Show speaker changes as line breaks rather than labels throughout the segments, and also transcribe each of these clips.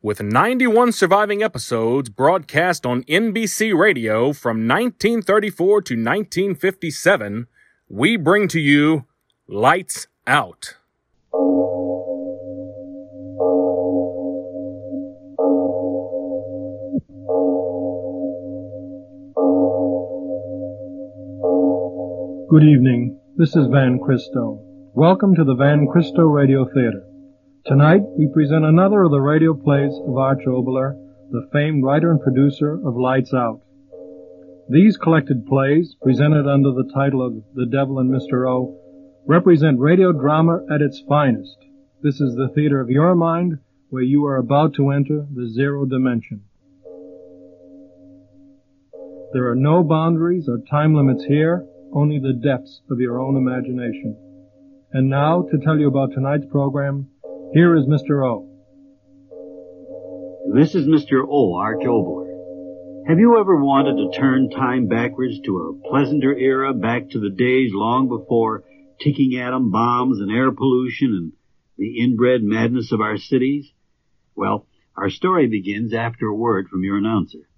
with 91 surviving episodes broadcast on NBC Radio from 1934 to 1957, we bring to you Lights Out.
Good evening. This is Van Christo. Welcome to the Van Christo Radio Theater. Tonight, we present another of the radio plays of Arch Obler, the famed writer and producer of Lights Out. These collected plays, presented under the title of The Devil and Mr. O, represent radio drama at its finest. This is the theater of your mind where you are about to enter the zero dimension. There are no boundaries or time limits here, only the depths of your own imagination. And now, to tell you about tonight's program, here is Mr. O.
This is Mr. O. Arch Obler. Have you ever wanted to turn time backwards to a pleasanter era, back to the days long before ticking atom bombs and air pollution and the inbred madness of our cities? Well, our story begins after a word from your announcer.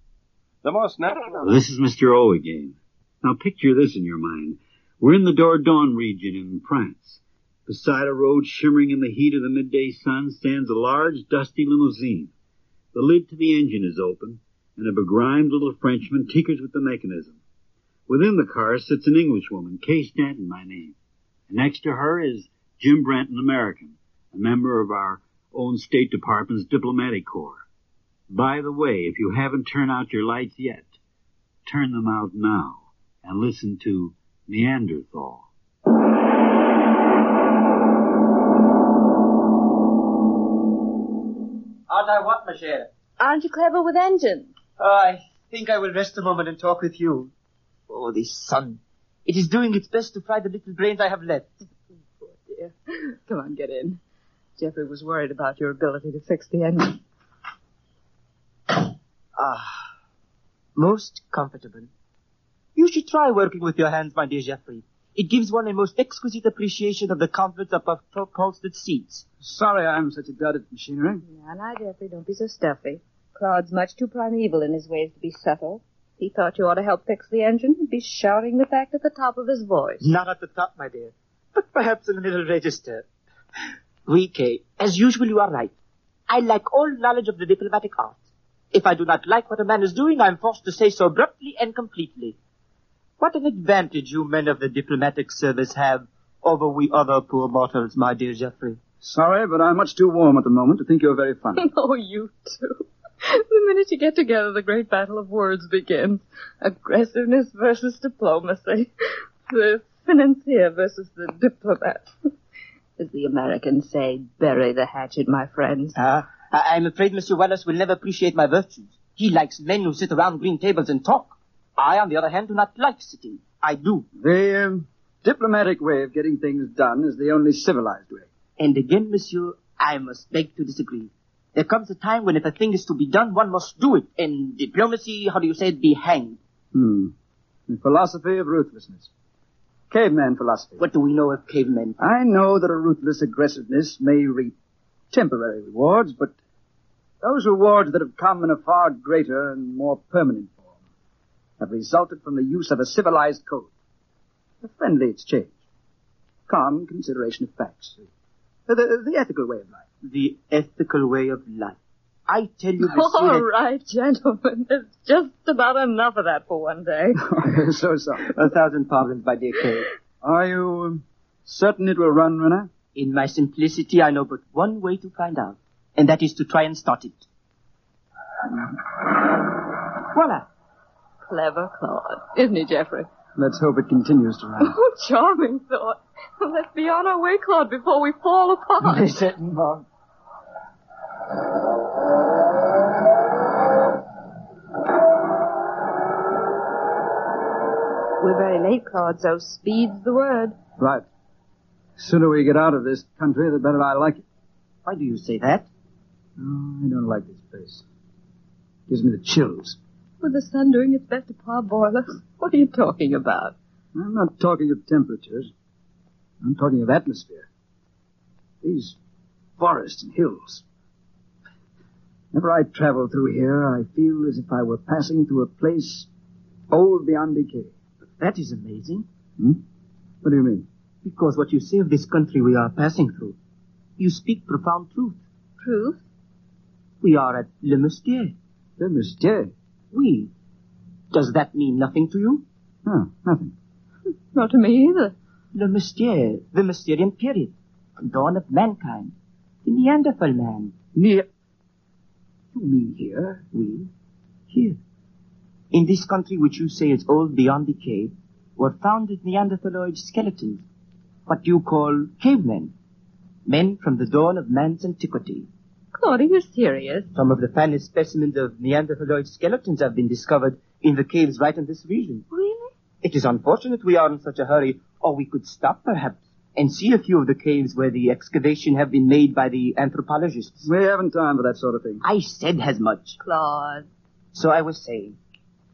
The most natural.
This is Mr. O again. Now picture this in your mind. We're in the Dordogne region in France. Beside a road shimmering in the heat of the midday sun stands a large dusty limousine. The lid to the engine is open, and a begrimed little Frenchman tinkers with the mechanism. Within the car sits an Englishwoman, Kay Stanton by name. And next to her is Jim Brent, an American, a member of our own State Department's diplomatic corps. By the way, if you haven't turned out your lights yet, turn them out now and listen to Neanderthal.
Aren't I what, Michelle?
Aren't you clever with engines?
Oh, I think I will rest a moment and talk with you. Oh, the sun. It is doing its best to fry the little brains I have left.
Dear. Come on, get in. Jeffrey was worried about your ability to fix the engine.
Ah, most comfortable. You should try working with your hands, my dear Geoffrey. It gives one a most exquisite appreciation of the comforts of our upholstered seats.
Sorry I'm such a god at machinery.
Yeah, now, Jeffrey, don't be so stuffy. Claude's much too primeval in his ways to be subtle. He thought you ought to help fix the engine. He'd be shouting the fact at the top of his voice.
Not at the top, my dear, but perhaps in the middle register. We, Kay, as usual, you are right. I lack all knowledge of the diplomatic art. If I do not like what a man is doing, I am forced to say so abruptly and completely. What an advantage you men of the diplomatic service have over we other poor mortals, my dear Geoffrey.
Sorry, but I'm much too warm at the moment to think you're very funny.
Oh, you two. The minute you get together, the great battle of words begins. Aggressiveness versus diplomacy. The financier versus the diplomat. As the Americans say, bury the hatchet, my friends.
Ah, I- I'm afraid Mr. Wallace will never appreciate my virtues. He likes men who sit around green tables and talk. I, on the other hand, do not like sitting. I do.
the um, diplomatic way of getting things done is the only civilized way.
And again, monsieur, I must beg to disagree. There comes a time when if a thing is to be done, one must do it. And diplomacy, how do you say it, be hanged.
Hmm. The philosophy of ruthlessness. Caveman philosophy.
What do we know of cavemen?
I know that a ruthless aggressiveness may reap temporary rewards, but those rewards that have come in a far greater and more permanent form have resulted from the use of a civilized code. A friendly exchange. Calm consideration of facts. The, the, the ethical way of life.
The ethical way of life. I tell you, monsieur,
All
that-
right, gentlemen. There's just about enough of that for one day.
I'm so sorry.
a thousand pardons, my dear Kay.
Are you um, certain it will run, Renner?
In my simplicity, I know but one way to find out, and that is to try and start it. Voila!
Clever Claude. Isn't he, Jeffrey?
Let's hope it continues to run.
Oh, charming thought. Let's be on our way, Claude, before we fall apart. We're very late, Claude, so speed's the word.
Right. Sooner we get out of this country, the better I like it. Why do you say that? Oh, I don't like this place. Gives me the chills.
With the sun doing its best to parboil us. What are you talking about?
I'm not talking of temperatures. I'm talking of atmosphere. These forests and hills. Whenever I travel through here, I feel as if I were passing through a place old beyond decay. Hmm?
That is amazing,
What do you mean?
because what you say of this country we are passing through, you speak profound truth.
Truth?
We are at Le Moustier.
Dear Monsieur.
We. Does that mean nothing to you?
Oh, nothing.
Not to me either.
Le Moustier, the Moustirian period, dawn of mankind, the Neanderthal man.
Near.
You mean here, we, here. In this country which you say is old beyond decay, were founded Neanderthaloid skeletons, what you call cavemen, men from the dawn of man's antiquity.
Claude, are you serious?
Some of the finest specimens of Neanderthaloid skeletons have been discovered in the caves right in this region.
Really?
It is unfortunate we are in such a hurry, or we could stop perhaps and see a few of the caves where the excavation have been made by the anthropologists.
We haven't time for that sort of thing.
I said as much.
Claude.
So I was saying,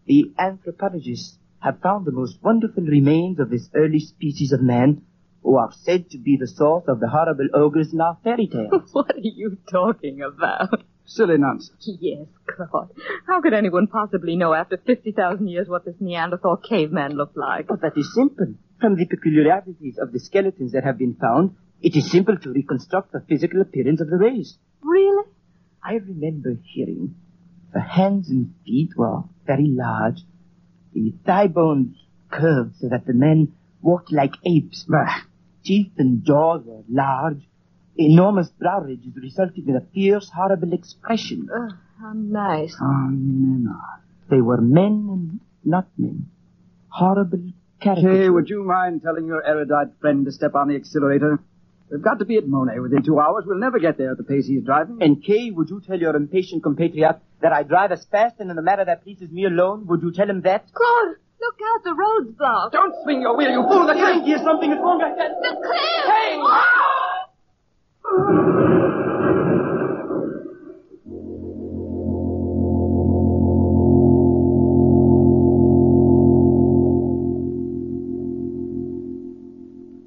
the anthropologists have found the most wonderful remains of this early species of man, who are said to be the source of the horrible ogres in our fairy tales.
What are you talking about?
Silly nonsense.
Yes, Claude. How could anyone possibly know after 50,000 years what this Neanderthal caveman looked like?
but that is simple. From the peculiarities of the skeletons that have been found, it is simple to reconstruct the physical appearance of the race.
Really?
I remember hearing the hands and feet were very large, the thigh bones curved so that the men walked like apes.
Bah.
Teeth and jaws were large, enormous brow ridges resulted in a fierce, horrible expression.
Ugh, Oh, how nice.
Oh, Nina.
They were men and not men. Horrible caricatures.
Kay, would you mind telling your erudite friend to step on the accelerator? We've got to be at Monet within two hours. We'll never get there at the pace he's driving.
And Kay, would you tell your impatient compatriot that I drive as fast and in a manner that pleases me alone? Would you tell him that?
Claude, look out, the road's blocked.
Don't swing your wheel, you fool! The crank here, something is wrong. I can't-
The cliff!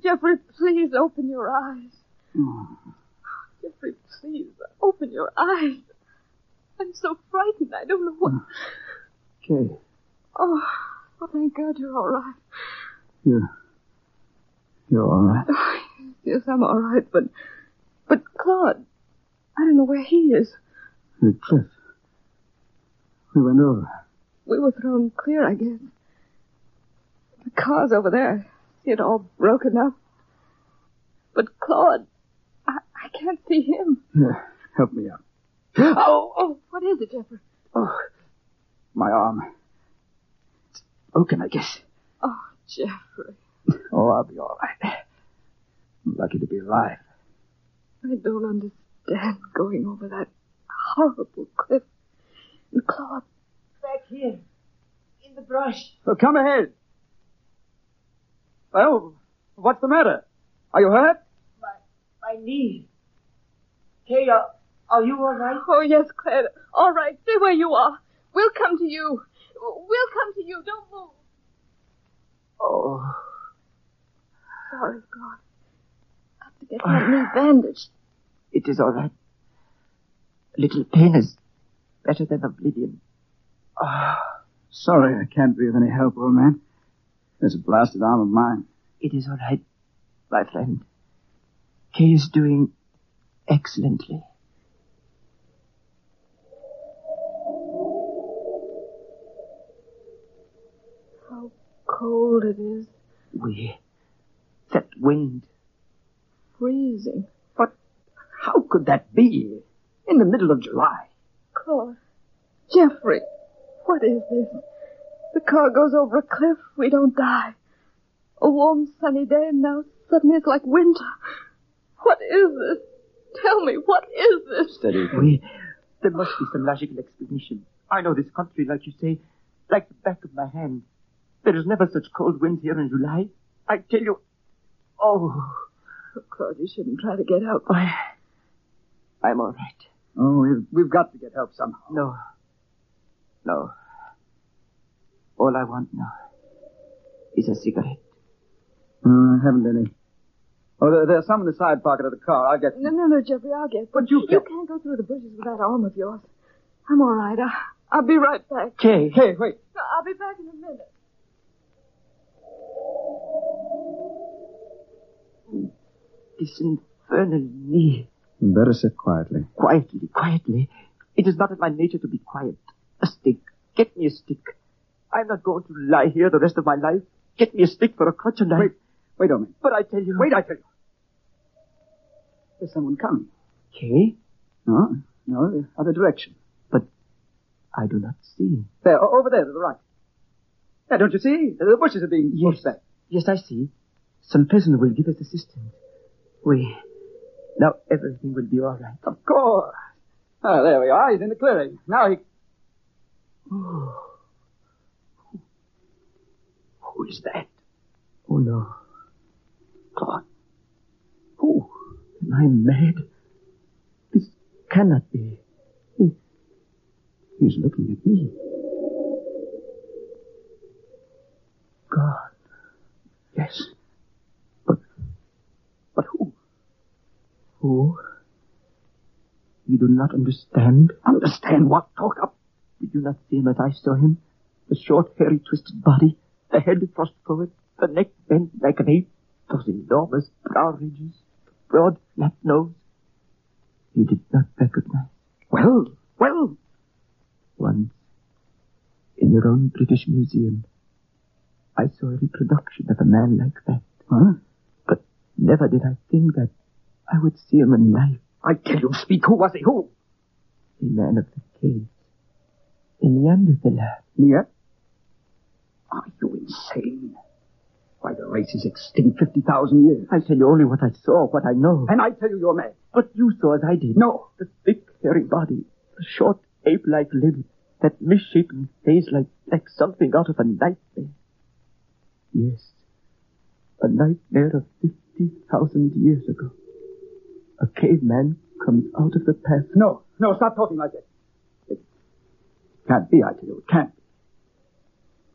Jeffrey, please open your eyes. Jeffrey, please open your eyes. I'm so frightened. I don't know what.
Kay,
Oh, oh thank God you're all right.
you're, you're all right.
Yes, I'm all right, but but Claude, I don't know where he is.
The cliff. We went over.
We were thrown clear, I guess. The car's over there. See it all broken up. But Claude, I, I can't see him.
Here, help me up.
Oh, oh, what is it, Jeffrey?
Oh, my arm. It's broken, I guess.
Oh, Jeffrey,
Oh, I'll be all right. I'm lucky to be alive.
I don't understand going over that horrible cliff. And Claude,
Back here, in the brush.
So Oh, come ahead. Well, what's the matter? Are you hurt?
My knee. Hey, are, are you all right?
oh yes, Claire. All right, stay where you are. We'll come to you. We'll come to you. Don't move.
Oh,
Sorry, God. I have to get my knee bandaged.
It is all right. A little pain is better than oblivion.
Ah, sorry I can't be of any help, old man. There's a blasted arm of mine.
It is all right, my friend. Kay is doing excellently.
How cold it is.
We. That wind.
Freezing.
But how could that be? In the middle of July.
Claude. Jeffrey. What is this? The car goes over a cliff. We don't die. A warm, sunny day, and now suddenly it's like winter. What is this? Tell me, what is this?
Steady.
We. There must be some logical explanation. I know this country, like you say, like the back of my hand. There is never such cold wind here in July. I tell you. Oh,
Claude, you shouldn't try to get help.
I, I'm all right.
Oh, we've, we've got to get help somehow.
No. No. All I want now is a cigarette.
Uh, I haven't any. Oh, there, there's some in the side pocket of the car. I'll get.
No, no, no, Jeffrey, I'll get.
But you
you
can't-
can't go through the bushes with that arm of yours. I'm all right. I, I'll be right back.
Jay.
Hey, wait.
I'll be back in a minute.
This infernal knee.
Better sit quietly.
Quietly, quietly. It is not in my nature to be quiet. A stick. Get me a stick. I'm not going to lie here the rest of my life. Get me a stick for a crutch and I...
Wait, wait a minute.
But I tell you...
Wait, I tell you. There's someone coming.
Kay,
No, no, the other direction.
I do not see him.
There, o- over there to the right. Yeah, don't you see? The bushes are being pushed back.
Yes, I see. Some peasant will give us assistance. We... Now everything will be all right.
Of course. Ah, there we are. He's in the clearing. Now he.
Who is that? Oh no. God. Who? Am I mad? This cannot be. He, he's looking at me. God. Yes. But, but who? Who? Oh, You do not understand? Understand what? Talk up. Did you not see him as I saw him? The short, hairy, twisted body, the head thrust forward, the neck bent like an ape, those enormous brow ridges, the broad, flat nose. You did not recognize. Well, well. Once, in your own British Museum, I saw a reproduction of a man like that.
Huh?
But never did I think that I would see him in life.
I tell you, speak. Who was he? Who?
A man of the cave. A Neanderthal.
Near. Are you insane? Why, the race is extinct 50,000 years.
I tell you only what I saw, what I know.
And I tell you, you're mad.
But you saw as I did.
No.
The thick, hairy body, the short, ape-like limbs, that misshapen face like, like something out of a nightmare. Yes, a nightmare of 50,000 years ago. A caveman comes out of the past.
No, no, stop talking like that. It can't be, I tell you. It can't be.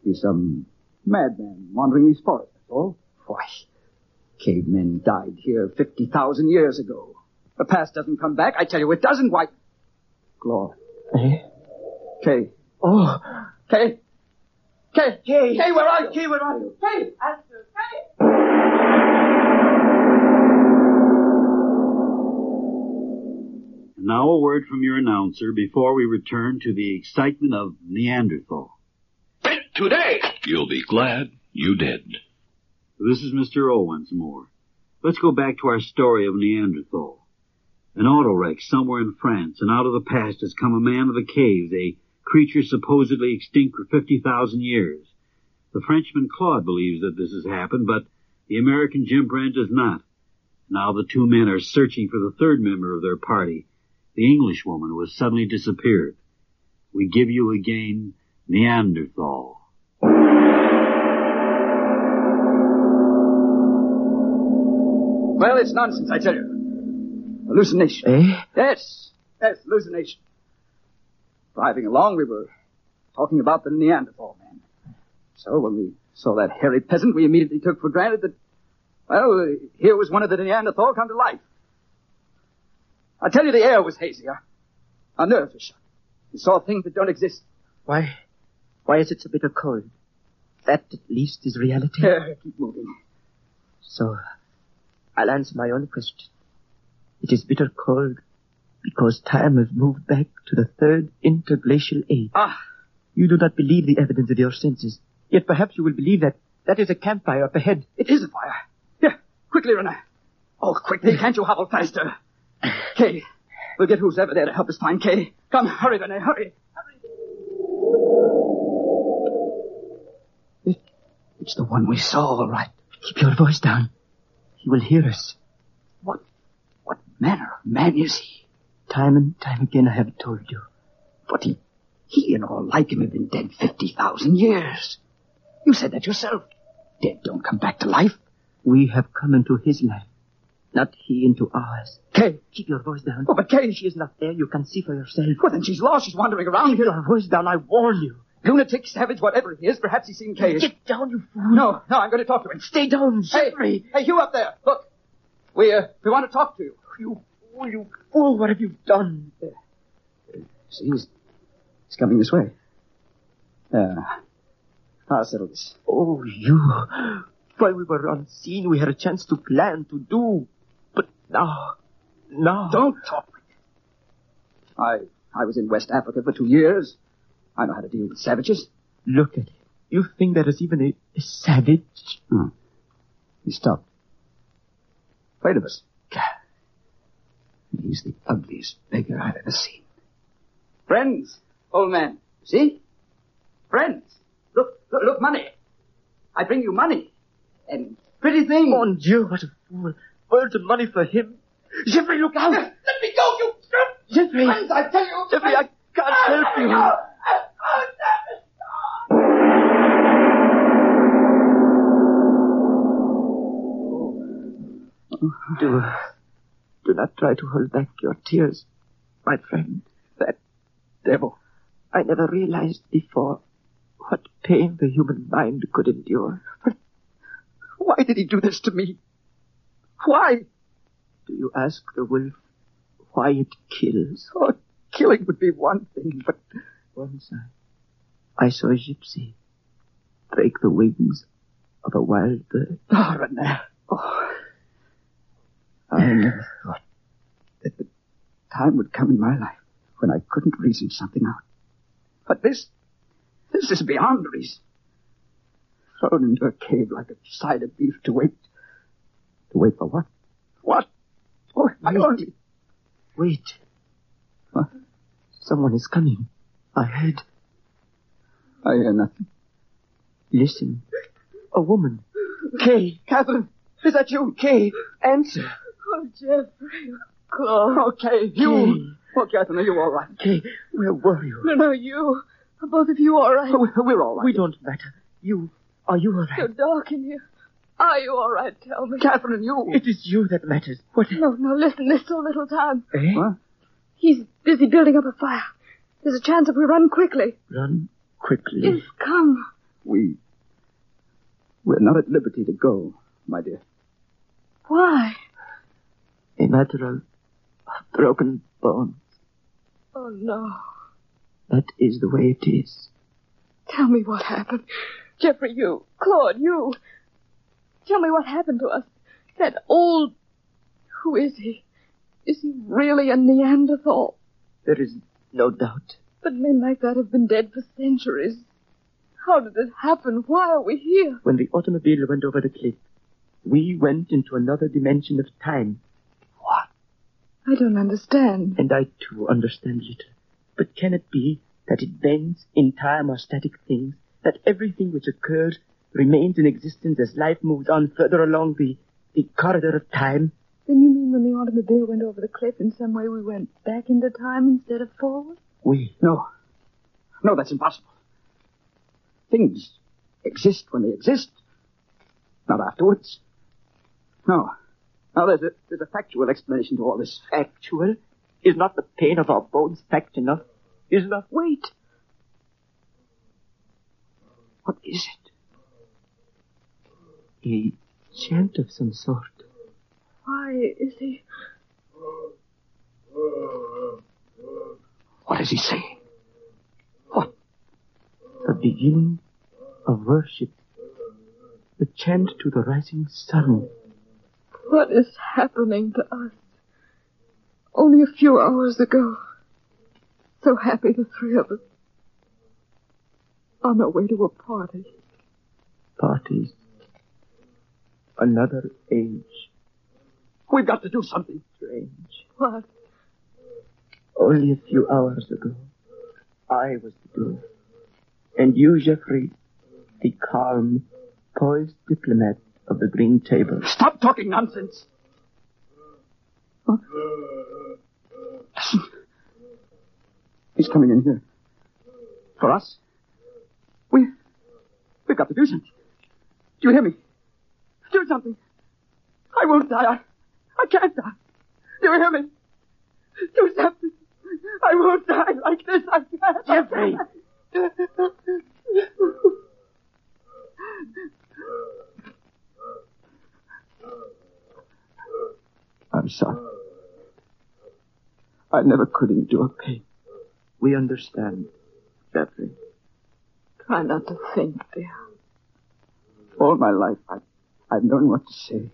He's some madman wandering these forests, that's all. Why, cavemen died here 50,000 years ago. The past doesn't come back. I tell you, it doesn't. Why? Claude.
Eh?
Kay.
Oh,
Kay. Kay.
Kay.
Kay, where are you? Kay, where are you? Kay.
And now a word from your announcer before we return to the excitement of Neanderthal.
Fit today. You'll be glad you did.
This is Mr. O once more. Let's go back to our story of Neanderthal. An auto wreck somewhere in France, and out of the past has come a man of the caves, a creature supposedly extinct for 50,000 years. The Frenchman Claude believes that this has happened, but the American Jim Brand does not. Now the two men are searching for the third member of their party, the Englishwoman who has suddenly disappeared. We give you again Neanderthal.
Well, it's nonsense, I tell you. Hallucination.
eh?
Yes, yes, hallucination. Driving along, we were talking about the Neanderthal man. So when we saw that hairy peasant, we immediately took for granted that, well, uh, here was one of the Neanderthal come to life. I tell you, the air was hazy. Our, our nerves were shot. We saw things that don't exist.
Why, why is it so bitter cold? That at least is reality.
Here, keep moving.
So, I'll answer my own question. It is bitter cold because time has moved back to the third interglacial age.
Ah,
You do not believe the evidence of your senses. Yet perhaps you will believe that that is a campfire up ahead.
it is a fire. Here, quickly, Renner. Oh, quickly, can't you hobble faster? Kay, we'll get who's ever there to help us find Kay. Come, hurry, Renner, hurry.
It's the one we saw, all right. Keep your voice down. He will hear us.
What what manner of man is he?
Time and time again I have told you.
But he he and all like him have been dead fifty thousand years. You said that yourself. Dead don't come back to life.
We have come into his life, not he into ours.
Kay.
Keep your voice down.
Oh, but Kay,
She is not there. You can see for yourself.
Well, then she's lost. She's wandering around
Keep
here.
your voice down, I warn you.
Lunatic, savage, whatever he is, perhaps he's seen Kay.
Get down, you fool.
No, no, I'm going to talk to him.
Stay down,
Hey,
Jeffrey.
hey, you up there. Look. We, uh, we want to talk to you.
You fool, you fool, what have you done?
See, he's, he's coming this way. Ah, I'll settle this.
Oh, you. While we were unseen, we had a chance to plan, to do. But now, now.
Don't talk. I, I was in West Africa for two years. I know how to deal with savages.
Look at him. You think there is even a, a savage?
He stopped. Afraid of us. He's the ugliest beggar I've ever seen. Friends, old man. See? Friends. Look, look, look, money. I bring you money. And pretty things.
Mon Dieu, what a fool. Words and money for him. Jeffrey, look out! Let me go, you Jeffrey!
I tell you.
Jeffrey, I Ah, can't help you. ah. Do, do not try to hold back your tears, my friend. That devil. I never realized before what pain the human mind could endure.
Why did he do this to me? Why?
Do you ask the wolf why it kills?
Oh, killing would be one thing, but
Once I, I saw a gypsy break the wings of a wild bird.
oh, Renard. Oh,
I never thought
that the time would come in my life when I couldn't reason something out. But this, this is beyond reason. Thrown into a cave like a side of beef to wait. To wait for what? What? Oh, if I
Wait.
only.
Wait.
Huh?
Someone is coming. I heard.
I hear nothing.
Listen. A woman. Kay.
Catherine, is that you? Kay,
Answer.
Oh, Jeffrey, of course.
Okay, Oh, you. Oh, Catherine, are you all right?
Kay, where were you?
No, no, you. Are both of you all right?
We're, we're all right.
We don't matter. You. Are you all
so
right?
dark in here. Are you all right? Tell me.
Catherine, you.
It is you that matters. What?
No, no, listen, there's so little time.
Eh?
What?
He's busy building up a fire. There's a chance if we run quickly.
Run quickly.
Yes, come.
We. We're not at liberty to go, my dear.
Why?
A matter of of broken bones.
Oh, no.
That is the way it is.
Tell me what happened. Jeffrey, you. Claude, you. Tell me what happened to us. That old. Who is he? Is he really a Neanderthal?
There is no doubt.
But men like that have been dead for centuries. How did it happen? Why are we here?
When the automobile went over the cliff, we went into another dimension of time. What?
I don't understand.
And I too understand little. But can it be that it bends in time or static things, that everything which occurs remains in existence as life moves on further along the, the corridor of time?
Then you mean when the automobile went over the cliff, in some way we went back into time instead of forward?
We.
No. No, that's impossible. Things exist when they exist, not afterwards. No. Now, there's a, there's a factual explanation to all this.
Actual? Is not the pain of our bones fact enough? Is not weight?
What is it?
A chant of some sort.
Why is he?
What is he saying?
The beginning of worship. The chant to the rising sun.
What is happening to us? Only a few hours ago. So happy, the three of us. On our way to a party.
Parties. Another age.
We've got to do something.
Strange.
What?
Only a few hours ago, I was the dwarf. And you, Geoffrey, the calm, poised diplomat of the green table.
Stop talking nonsense. Huh? Listen. He's coming in here. For us? We, We've got to do something. Do you hear me? Do something. I won't die. I, I can't die. Do you hear me? Do something. I won't die like this. I can't.
Jeffrey!
I'm sorry. I never could endure pain. We understand, Jeffrey.
Try not to think, dear.
All my life, I, I've known what to say.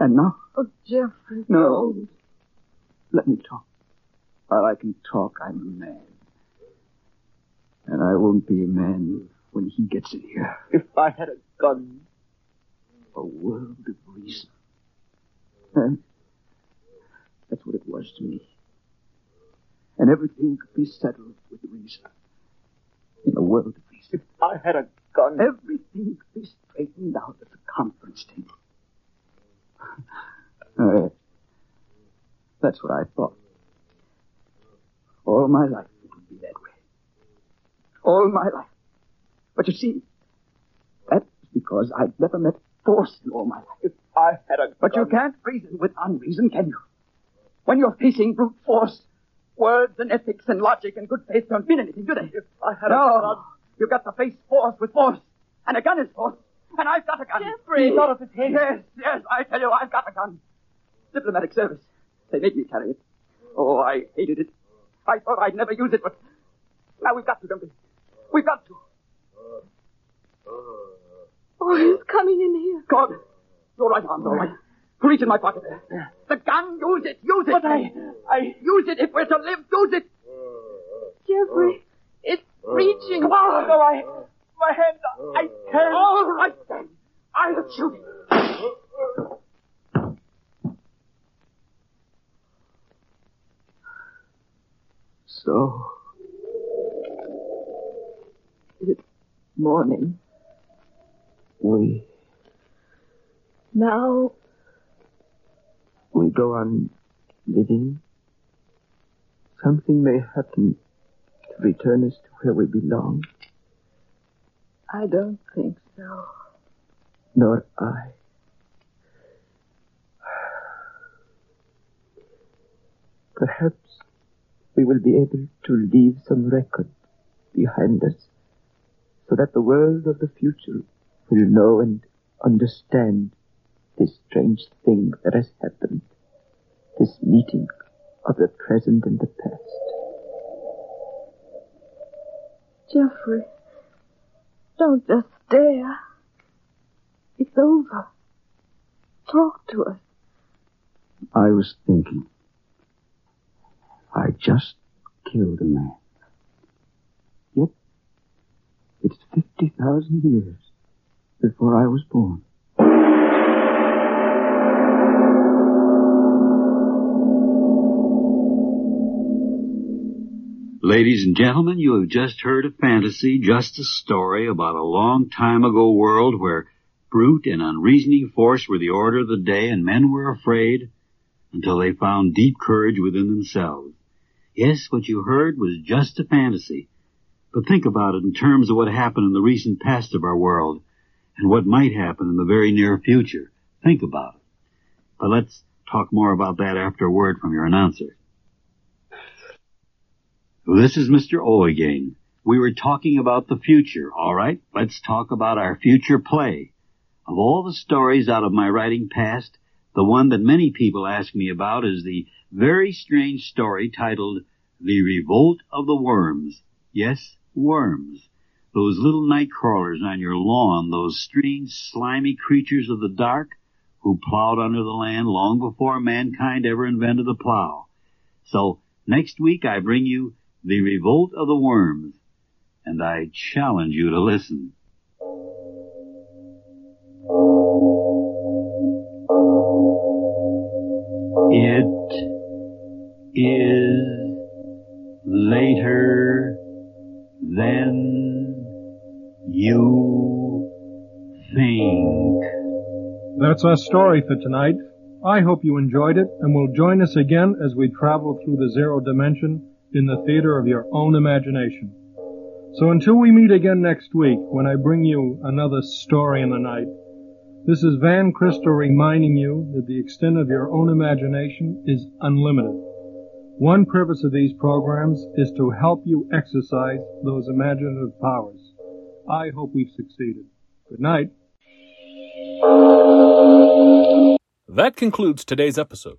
And now,
Oh, Jeffrey.
No. let me talk. While I can talk, I'm a man. And I won't be a man when he gets in here.
If I had a gun,
A world of reason. And that's what it was to me. And everything could be settled with reason. In a world of reason.
I had a gun.
Everything could be straightened out at the conference table. Uh, that's what I thought. All my life it would be that way. All my life. But you see, that's because I've never met force in all my life.
If I had a
But you can't reason with unreason, can you? When you're facing brute force, words and ethics and logic and good faith don't mean anything, do they?
I had
No, you've got to face force with force, and a gun is force, and I've got a gun.
Jeffrey!
He's out of his head. Yes, yes, I tell you, I've got a gun. Diplomatic service. They made me carry it. Oh, I hated it. I thought I'd never use it, but now we've got to, don't we? We've got to.
Oh, he's coming in here.
God, your right arm's all right. Reach in my pocket there. The gun, use it, use it. But I, I... Use it if we're to live, use it.
Jeffrey, it's reaching.
I, my hand, I turn. All right then, I'll shoot it. So, it's morning. We
Now,
we go on living. Something may happen to return us to where we belong.
I don't think so.
nor I. Perhaps we will be able to leave some record behind us so that the world of the future will know and understand this strange thing that has happened, this meeting of the present and the past.
Jeffrey, don't just stare. It's over. Talk to us.
I was thinking. I just killed a man. Yet, it's 50,000 years before I was born.
Ladies and gentlemen, you have just heard a fantasy, just a story about a long time ago world where brute and unreasoning force were the order of the day and men were afraid until they found deep courage within themselves. Yes, what you heard was just a fantasy, but think about it in terms of what happened in the recent past of our world and what might happen in the very near future. Think about it. But let's talk more about that after a word from your announcer. This is Mr. O again. We were talking about the future, all right? Let's talk about our future play. Of all the stories out of my writing past, the one that many people ask me about is the very strange story titled The Revolt of the Worms. Yes, worms. Those little night crawlers on your lawn, those strange, slimy creatures of the dark who plowed under the land long before mankind ever invented the plow. So, next week I bring you the Revolt of the Worms, and I challenge you to listen. It is later than you think.
That's our story for tonight. I hope you enjoyed it and will join us again as we travel through the zero dimension in the theater of your own imagination. So until we meet again next week when I bring you another story in the night, this is Van Crystal reminding you that the extent of your own imagination is unlimited. One purpose of these programs is to help you exercise those imaginative powers. I hope we've succeeded. Good night.
That concludes today's episode.